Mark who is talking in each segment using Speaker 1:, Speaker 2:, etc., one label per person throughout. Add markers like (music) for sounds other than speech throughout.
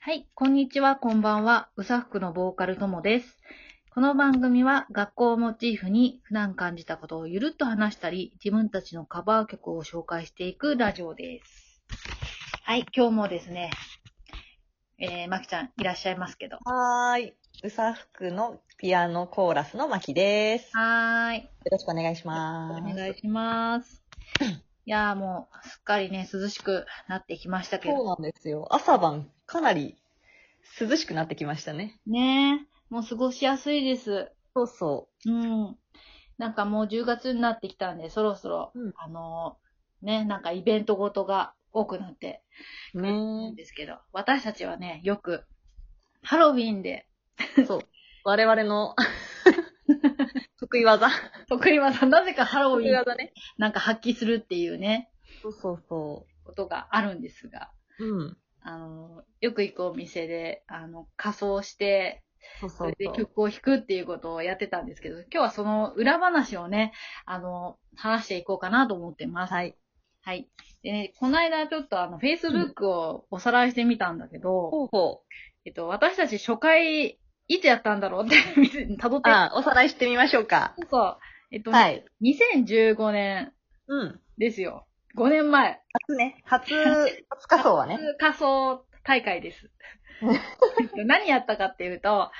Speaker 1: はい、こんにちは、こんばんは。うさふくのボーカルともです。この番組は学校をモチーフに普段感じたことをゆるっと話したり、自分たちのカバー曲を紹介していくラジオです。はい、今日もですね、えー、まきちゃんいらっしゃいますけど。
Speaker 2: はーい。うさふくのピアノコーラスのまきです。よ
Speaker 1: はーい、
Speaker 2: ろしくお願いし
Speaker 1: お
Speaker 2: ます。
Speaker 1: 願いし (coughs) ます。いやーもう、すっかりね、涼しくなってきましたけ
Speaker 2: そう
Speaker 1: ど。
Speaker 2: なんですよ。朝晩かなり涼しくなってきましたね。
Speaker 1: ねーもう過ごしやすいです。
Speaker 2: そうそ
Speaker 1: うん。なんかもう10月になってきたんで、そろそろ、
Speaker 2: うん
Speaker 1: あのーね、なんかイベントごとが多くなって
Speaker 2: う。
Speaker 1: るん
Speaker 2: ね
Speaker 1: ですけど、私たちはね、よく、ハロウィンで、
Speaker 2: そう。我々の (laughs) 得意技。
Speaker 1: (laughs) 徳岩さん、なぜかハロウ
Speaker 2: 得意
Speaker 1: ィン
Speaker 2: 技ね。
Speaker 1: なんか発揮するっていうね、
Speaker 2: そうそうそ
Speaker 1: ことがあるんですが、
Speaker 2: う。うん。
Speaker 1: あのーよく行くお店で、あの、仮装して、
Speaker 2: そう
Speaker 1: そ
Speaker 2: そう
Speaker 1: れで
Speaker 2: そう。
Speaker 1: 曲を弾くっていうことをやってたんですけど、今日はその裏話をね、あのー話していこうかなと思ってます。
Speaker 2: はい。
Speaker 1: はい。でね、この間ちょっとあの、Facebook をおさらいしてみたんだけど、
Speaker 2: ほうほう。
Speaker 1: えっと、私たち初回、いつやったんだろうって (laughs) 見て、辿って。
Speaker 2: あ、おさらいしてみましょうか。
Speaker 1: そうそう。えっと、
Speaker 2: はい。
Speaker 1: 2015年
Speaker 2: うん。
Speaker 1: ですよ。5年前。
Speaker 2: 初ね。初、初仮装はね。
Speaker 1: 仮想大会 (laughs) です。えっと何やったかっていうと、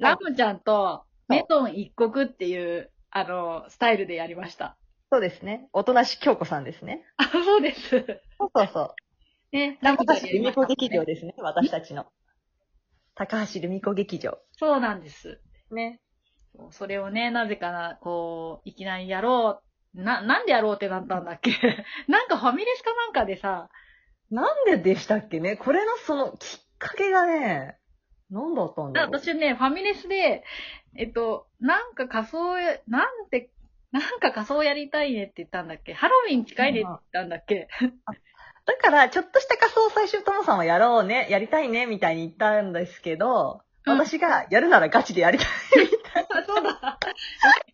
Speaker 1: ラムちゃんとメトン一国っていう、あの、スタイルでやりました。
Speaker 2: そうですね。おとなし京子さんですね。
Speaker 1: あ、そうです。
Speaker 2: そうそうそう。
Speaker 1: ね、ラムちゃん
Speaker 2: 高
Speaker 1: に
Speaker 2: 橋
Speaker 1: やりました
Speaker 2: 留美子
Speaker 1: もんね
Speaker 2: 劇場で
Speaker 1: (laughs)
Speaker 2: すね、私たちの。高橋留美子劇場。
Speaker 1: そうなんです。
Speaker 2: ね。
Speaker 1: そうそれをね、なぜかな、こう、いきなりやろう。な、なんでやろうってなったんだっけ (laughs) なんかファミレスかなんかでさ、
Speaker 2: なんででしたっけねこれのそのきっかけがね、なんだったんだろう。
Speaker 1: 私ね、ファミレスで、えっと、なんか仮装や、なんて、なんか仮装やりたいねって言ったんだっけハロウィン近いねって言ったんだっけ、
Speaker 2: だから、ちょっとした仮装を最初、ともさんはやろうね、やりたいね、みたいに言ったんですけど、
Speaker 1: うん
Speaker 2: 私がやるならガチでやりたい。 (laughs)
Speaker 1: そうだ。ラッ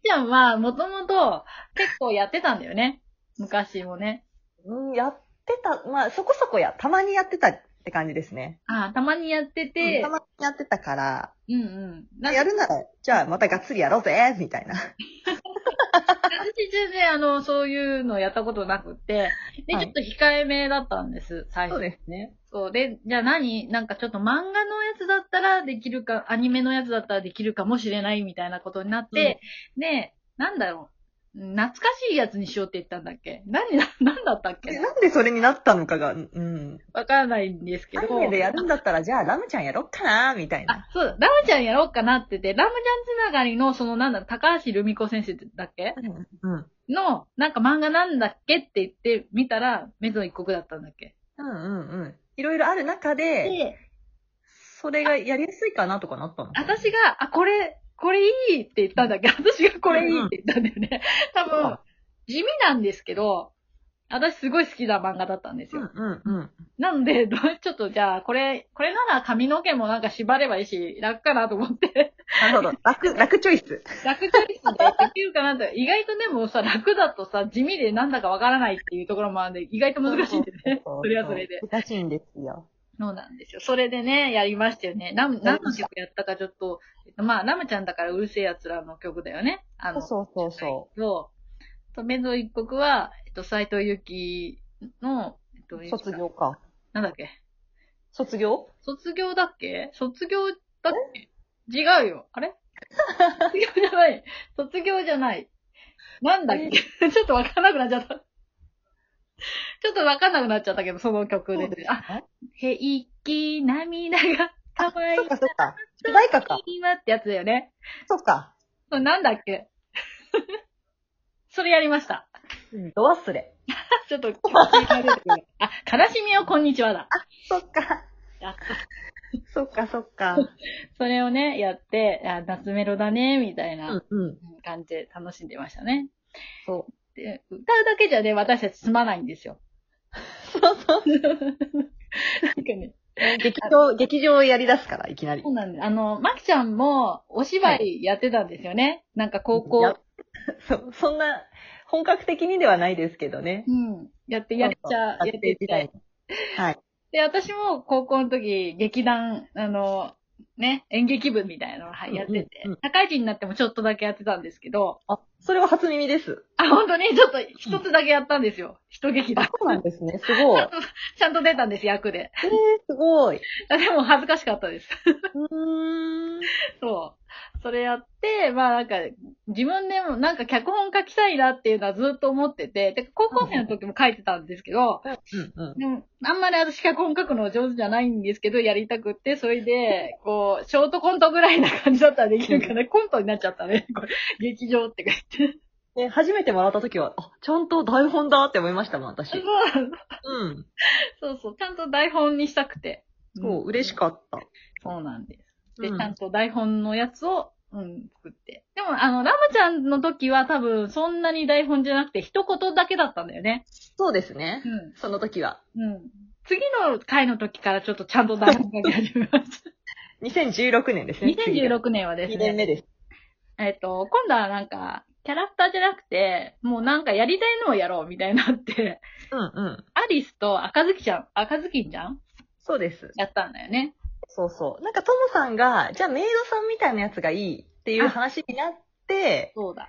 Speaker 1: ちゃんは、もともと、結構やってたんだよね。昔もね。
Speaker 2: うん、やってた、まあ、そこそこや、たまにやってたって感じですね。
Speaker 1: あたまにやって
Speaker 2: うん
Speaker 1: て
Speaker 2: た、まにやってたから、
Speaker 1: うんうん。なんか
Speaker 2: やるなら、じゃあまたがっつりやろうぜ、みたいな。
Speaker 1: 私全然、あの、そういうのやったことなくって、で、ちょ
Speaker 2: はい
Speaker 1: っと控えめだったんです、最初。
Speaker 2: すね。
Speaker 1: そうで、じゃあ何なんかちょっと漫画のやつだったらできるか、アニメのやつだったらできるかもしれないみたいなことになって、で、なんだろう、懐かしいやつにしようって言ったんだっけ何、ななんだ (laughs) ったっ
Speaker 2: で
Speaker 1: け
Speaker 2: なんでそれになったのかが、うん、
Speaker 1: わからないんですけ
Speaker 2: ア
Speaker 1: ど。
Speaker 2: ニメでやるんだったら、じゃあラムちゃんやろっかな、みたいな。
Speaker 1: あ、そうだ、ラムちゃんやろうかなって言って、ラムちゃんつながりの、そのなんだろう、高橋留美子先生だっけ
Speaker 2: うん。
Speaker 1: の、なんか漫画なんだっけって言ってみたら、メゾン一国だったんだっけ
Speaker 2: うんうんうん。いろいろある中で、
Speaker 1: で、
Speaker 2: それがやりやすいかなとかなったのかな
Speaker 1: 私が、あ、これ、これいいって言ったんだっけ私がこれいいって言ったんだよね。多
Speaker 2: う
Speaker 1: 分
Speaker 2: ん、
Speaker 1: 地味なんですけど、私すごい好きな漫画だったんです
Speaker 2: う
Speaker 1: よ。
Speaker 2: んうんうん。
Speaker 1: なので、どうちょっとじゃあ、これ、これなら髪の毛もなんか縛ればいいし、楽かなと思って、 (laughs)
Speaker 2: な (laughs) るほど。楽、楽チョイス。
Speaker 1: 楽チョイスでできるかなと。意外とでもさ、楽だとさ、地味でなんだかわからないっていうところもあるんで、意外と難しいんでね。それはそれで。。
Speaker 2: 難しいんですよ。
Speaker 1: そうなんですよ。それでね、やりましたよね。ラム、何の曲やったかちょっと、えっとまあ、ラムちゃんだからうるせえ奴らの曲だよね。あ
Speaker 2: そう
Speaker 1: の、
Speaker 2: そうそうそ
Speaker 1: はいそう。と、メゾ一国は、えっと、斎藤由貴の、えっと
Speaker 2: う。卒。業か。
Speaker 1: なんだっけ
Speaker 2: 卒業
Speaker 1: 卒業だっけ卒業だっけ違うよ。あ
Speaker 2: (laughs)
Speaker 1: れ卒業じゃない。卒業じゃない。なんだっけ (laughs) ちょっとわかんなくなっちゃった。ちょっとわかんなくなっちゃったけど、その曲で。あ、
Speaker 2: あ、
Speaker 1: 平気、涙が、かわいい
Speaker 2: そっ。かそっか。主題歌か。
Speaker 1: 今ってやつだよね。
Speaker 2: そっか。
Speaker 1: それなんだっけそれやりました。 (laughs)
Speaker 2: ど忘れ。
Speaker 1: ちょっと、あ、悲しみよ、こんにちはだ。
Speaker 2: そっか。
Speaker 1: やった
Speaker 2: そっかそっか。
Speaker 1: それをね、やって、あ、夏メロだね、みたいうなん
Speaker 2: うん。
Speaker 1: 感じで楽しんでましたね。
Speaker 2: そう。
Speaker 1: で歌うだけじゃね、私たち済まないんですよ。
Speaker 2: (laughs) そうそう。
Speaker 1: なんかね、
Speaker 2: 劇場、劇場をやり出すから、いきなり
Speaker 1: そ。うなんです。あの、まきちゃんもお芝居やってたんですよね。なんか高校、
Speaker 2: やそう、そんな、本格的にではないですけどね
Speaker 1: う。ん、やって、やっちゃ、
Speaker 2: 学
Speaker 1: やって
Speaker 2: 生時代に。はい。
Speaker 1: で、私も高校の時、劇団、あの、ね、演劇部みたいなのをはいやってて、
Speaker 2: うんうんうん
Speaker 1: 社会人になってもちょっとだけやってたんですけど、
Speaker 2: あ、それは初耳です。
Speaker 1: あ、本当にちょっと一つだけやったんですよ。一劇
Speaker 2: あ
Speaker 1: 団。、
Speaker 2: そうなんですね。すごい。えー、
Speaker 1: ちゃんと出たんです、役で。
Speaker 2: すごい。
Speaker 1: あでも恥ずかしかったです。
Speaker 2: うーん。
Speaker 1: そう。それやって、まあなんか、自分でもなんか脚本書きたいなっていうのはずっと思ってて、で高校生の時も書いてたんですけど、
Speaker 2: うんうん。
Speaker 1: でも、あんまり私脚本書くの上手じゃないんですけど、やりたくって、それで、こう、ショートコントぐらいな感じだったらできるから、
Speaker 2: (laughs)
Speaker 1: コントになっちゃったね。これ、劇場って書いて。
Speaker 2: で、初めてもらった時は、あ、ちゃんと台本だって思いましたもん、私。
Speaker 1: そう
Speaker 2: うん。
Speaker 1: そうそう、ちゃんと台本にしたくて。
Speaker 2: そう、嬉し
Speaker 1: く
Speaker 2: かった。
Speaker 1: そうなんです。で、
Speaker 2: うん
Speaker 1: ちゃんと台本のやつを、うん、作って。でも、あの、ラムちゃんの時は多分、そんなに台本じゃなくて、一言だけだったんだよね。
Speaker 2: そうですね。
Speaker 1: う
Speaker 2: その時は。
Speaker 1: ん。うん。次の回の時からちょっとちゃんと台本書き始めまし
Speaker 2: 2016
Speaker 1: (laughs)
Speaker 2: 年です
Speaker 1: た。
Speaker 2: ね。次が
Speaker 1: 2016年はです
Speaker 2: 2年
Speaker 1: ね、
Speaker 2: 目です。
Speaker 1: えっと、今度はなんか、キャラクターじゃなくて、もうなんかやりたいのをやろうみたいになって、
Speaker 2: うんうん。
Speaker 1: アリスと赤ずきちゃん、赤ずきんちゃん
Speaker 2: そうです。
Speaker 1: やったんだよね。
Speaker 2: そうそう。なんか、トモさんが、じゃあメイドさんみたいなやつがいいっていう話になって、
Speaker 1: そうだ。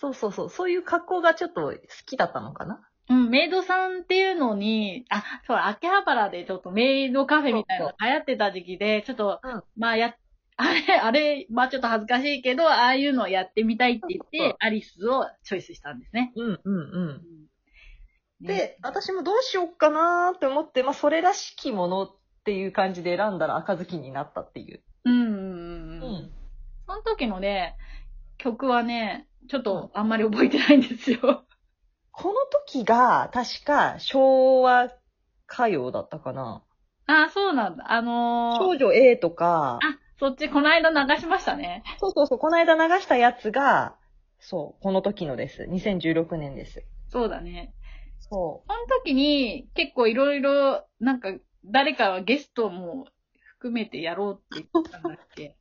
Speaker 2: そうそうそう、そういう格好がちょっと好きだったのかな。
Speaker 1: うん、メイドさんっていうのに、あ、そう、秋葉原でちょっとメイドカフェみたいなの流行ってた時期で、ちょっと、
Speaker 2: うん
Speaker 1: まあや、 (laughs) あれ、あれ、まあちょっと恥ずかしいけど、ああいうのをやってみたいって言っ
Speaker 2: そう
Speaker 1: て
Speaker 2: そ、
Speaker 1: アリスをチョイスしたんですね。
Speaker 2: うんうんうん。で
Speaker 1: ね、、
Speaker 2: 私もどうしようかなーって思って、まあ、それらしきものっていう感じで選んだら赤ずきんになったっていう。
Speaker 1: うんうんうん
Speaker 2: う
Speaker 1: うん
Speaker 2: ん。。
Speaker 1: その時のね、曲はね、ちょっとあんまり覚えてないんですよ。 (laughs)
Speaker 2: この時が、確か、昭和歌謡だったかな。
Speaker 1: あ、そうなんだ。あのー、
Speaker 2: 少女 A とか、
Speaker 1: あ、そっちこの間流しましたね。
Speaker 2: そうそうそう、この間流したやつが、そう、この時のです。2016年です。
Speaker 1: そうだね。
Speaker 2: そ
Speaker 1: その時に結構いろいろ、なんか誰かはゲストも含めてやろうって言ってたんだっけ
Speaker 2: う。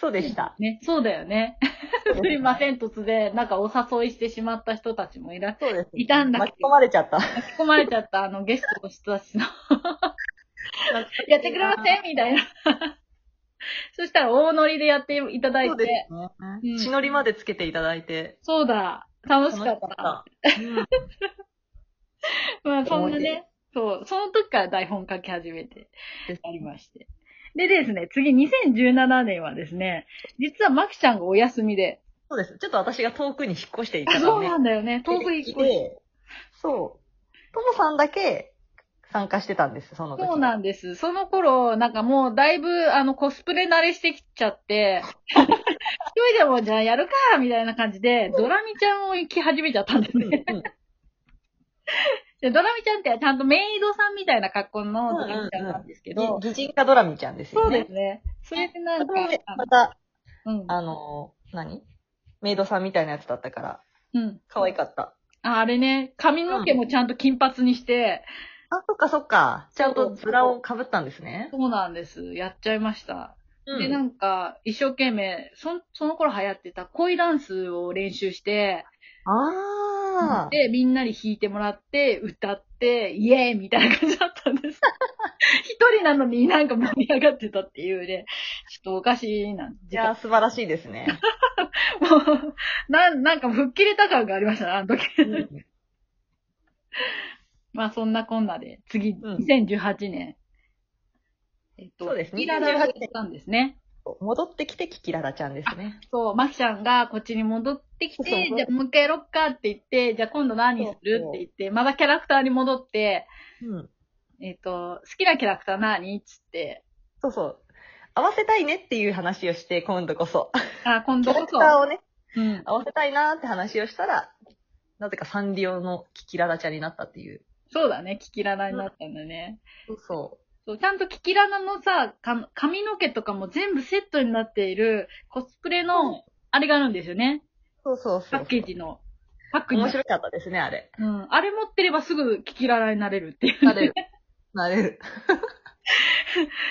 Speaker 2: そうでした。
Speaker 1: (laughs) ね、そうだよね。すいません、突然、なんかお誘いしてしまった人たちもいら、
Speaker 2: そうです。
Speaker 1: いたんだっけ
Speaker 2: 巻き込まれちゃった。
Speaker 1: 巻き込まれちゃったあのゲストの人たちの、 (laughs) やってくれませんみたいな。 (laughs) そしたら大乗りでやっていただい
Speaker 2: そうで
Speaker 1: て、
Speaker 2: すね
Speaker 1: うん。
Speaker 2: 血のりまでつけていただいて。
Speaker 1: そうだ、楽しかった。
Speaker 2: 楽しかった。
Speaker 1: まあ、そんな
Speaker 2: 思い出
Speaker 1: ね、そう、その時から台本書き始めて
Speaker 2: です、
Speaker 1: ありまして。でですね、次2017年はですね、実はマキちゃんがお休みで、
Speaker 2: そうです。ちょっと私が遠くに引っ越していた
Speaker 1: あ
Speaker 2: らね。
Speaker 1: そうなんだよね、遠く行く。
Speaker 2: で、そう。ともさんだけ参加してたんです、その時。
Speaker 1: そうなんです。その頃、なんかもうだいぶ、あの、コスプレ慣れしてきちゃって、一人でもじゃあやるか、みたいな感じで、ドラミちゃんを行き始めちゃったんです
Speaker 2: うん
Speaker 1: ね。
Speaker 2: うん
Speaker 1: でドラミちゃんってちゃんとメイドさんみたいな格好のドラミちゃんなんですけど、
Speaker 2: 擬擬人化ドラミちゃんです
Speaker 1: そ
Speaker 2: よ
Speaker 1: う
Speaker 2: ね。
Speaker 1: ですね。それでなん
Speaker 2: こ
Speaker 1: か、
Speaker 2: れもねまた、
Speaker 1: うん。
Speaker 2: あのー、何メイドさんみたいなやつだったから、
Speaker 1: うん。
Speaker 2: 可愛かった。
Speaker 1: ああれね、髪の毛もちゃんと金髪にして、
Speaker 2: あ、そっかそっか。ちゃんとズラを被ったんですね。
Speaker 1: そうなんです。やっちゃいました。
Speaker 2: う
Speaker 1: で、なんんか、一生懸命、そん、その頃流行ってた恋ダンスを練習して、
Speaker 2: あー。
Speaker 1: で、みんなに弾いてもらって、歌って、イエーイみたいな感じだったんです。 (laughs) 一人なのになんか盛り上がってたっていうね、ちょっとおかしいな。
Speaker 2: いやー、素晴らしいですね。
Speaker 1: もう、 (laughs) なん、なんか吹っ切れた感がありましたね、あの時。
Speaker 2: うん
Speaker 1: まあ、そんなこんなで、次、
Speaker 2: うん
Speaker 1: 2018年。えっと、
Speaker 2: そうですね
Speaker 1: キララが来たんですね。
Speaker 2: 戻ってきてキキララちゃんですね。
Speaker 1: そう、マキちゃんがこっちに戻ってきて、
Speaker 2: そうそう
Speaker 1: じゃあもう一回やろっかって言って、じゃあ今度何する
Speaker 2: そうそう
Speaker 1: って言って、またキャラクターに戻って、
Speaker 2: うん。
Speaker 1: えっ、と、好きなキャラクター何っつって、
Speaker 2: そうそう。合わせたいねっていう話をして、今度こそ。
Speaker 1: あ、今
Speaker 2: キ
Speaker 1: 度
Speaker 2: ャラ
Speaker 1: こ
Speaker 2: クター
Speaker 1: そ、
Speaker 2: をね、
Speaker 1: うん、
Speaker 2: 合わせたいなーって話をしたら、なぜかサンリオのキキララちゃんになったっていう。
Speaker 1: そうだね、キキララになったんだね。
Speaker 2: そうそ
Speaker 1: そう、ちゃんとキキララのさ、か髪の毛とかも全部セットになっているコスプレの、あれがあるんですよね。
Speaker 2: う。そうそうそ
Speaker 1: パ
Speaker 2: う。
Speaker 1: ッケージの。パックに
Speaker 2: 面。白かったですね、あれ。
Speaker 1: うん。あれ持ってればすぐキキララになれるっていう。(laughs)
Speaker 2: なれる。なれる。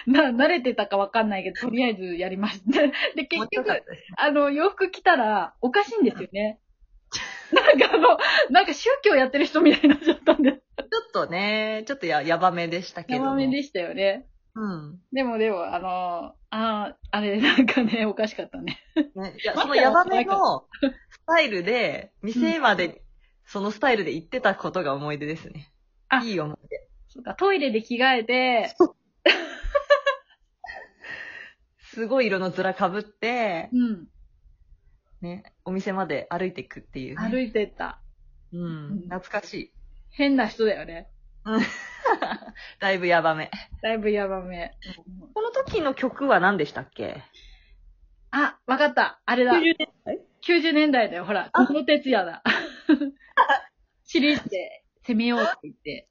Speaker 1: な、慣れてたかわかんないけど、とりあえずやりました。で、
Speaker 2: 面
Speaker 1: 結
Speaker 2: 白
Speaker 1: 局
Speaker 2: かっ、たです。
Speaker 1: あの、洋服着たら、おかしいんですよね。なんかあの、なんか宗教やってる人みたいになっちゃったんで。
Speaker 2: ちょっとね、ちょっとや、やばめでしたけど
Speaker 1: や
Speaker 2: も。
Speaker 1: ばめでしたよね。
Speaker 2: うん。
Speaker 1: でもでも、あの、ああれなんかね、おかしかったね。
Speaker 2: ね、いや、そのヤバめのスタイルで、店まで、そのスタイルで行ってたことが思い出ですね。
Speaker 1: あ
Speaker 2: いい思い出。
Speaker 1: そうか、トイレで着替えて、
Speaker 2: すごい色のズラ被って、
Speaker 1: うん、
Speaker 2: ね、お店まで歩いていくっていうね、
Speaker 1: 歩いてった。
Speaker 2: うん。懐かしい。
Speaker 1: 変な人だよね。
Speaker 2: だいぶヤバめ。
Speaker 1: だいぶやばめ。
Speaker 2: この時の曲は何でしたっけ
Speaker 1: あ、わかった。あれだ。
Speaker 2: 年代
Speaker 1: 90年代だよ、ほら。小室哲也 (laughs) だ。シリーズで攻めようって言って。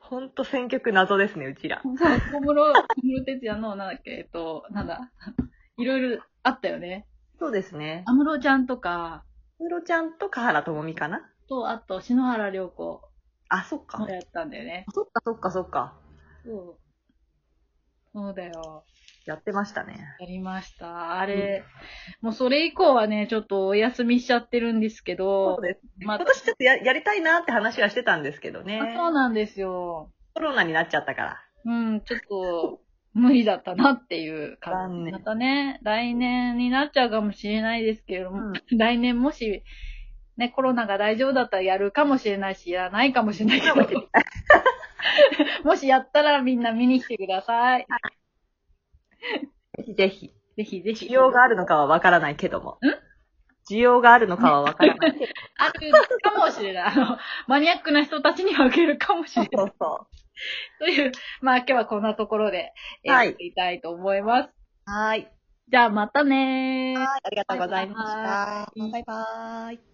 Speaker 2: ほんと選曲謎ですね、うちら。
Speaker 1: そう、小室、小室哲也の、なんだっけ、えっと、なんだ。いろいろあったよね。
Speaker 2: そうですね。
Speaker 1: 安室ちゃんとか、
Speaker 2: ムロちゃんと河原智美かな
Speaker 1: と、あと、篠原涼子
Speaker 2: あ、そっか
Speaker 1: も。やったんだよね。
Speaker 2: そっか、そっか、そっか。
Speaker 1: そう。そうだよ。
Speaker 2: やってましたね。
Speaker 1: やりました。あれ、もうそれ以降はね、ちょっとお休みしちゃってるんですけど
Speaker 2: そう、です、ね。
Speaker 1: まあ
Speaker 2: 今年ちょっとややりたいなって話はしてたんですけどね。
Speaker 1: あそうなんですよ。
Speaker 2: コロナになっちゃったから。
Speaker 1: うん、ちょっと、無理だったなっていう感
Speaker 2: 残
Speaker 1: じ。
Speaker 2: 念
Speaker 1: またね、来年になっちゃうかもしれないですけれども、 (laughs) 来年もし、ね、コロナが大丈夫だったらやるかもしれないし、やらないかもしれないけ
Speaker 2: (laughs)
Speaker 1: ど、もしやったらみんな見に来てください。
Speaker 2: ぜひぜひ。
Speaker 1: ぜひぜ
Speaker 2: 需
Speaker 1: ひ。
Speaker 2: 要があるのかはわからないけども。需要があるのかはわからない。
Speaker 1: あるかもしれない。あの、マニアックな人たちには受けるかもしれない。
Speaker 2: そうそ
Speaker 1: という、まあ今日はこんなところで、えー
Speaker 2: は
Speaker 1: や
Speaker 2: い
Speaker 1: っていきたいと思います。
Speaker 2: う。はい。
Speaker 1: じゃあまたねー。
Speaker 2: はい。ありがとうございました。
Speaker 1: バイバイ
Speaker 2: バイバイ。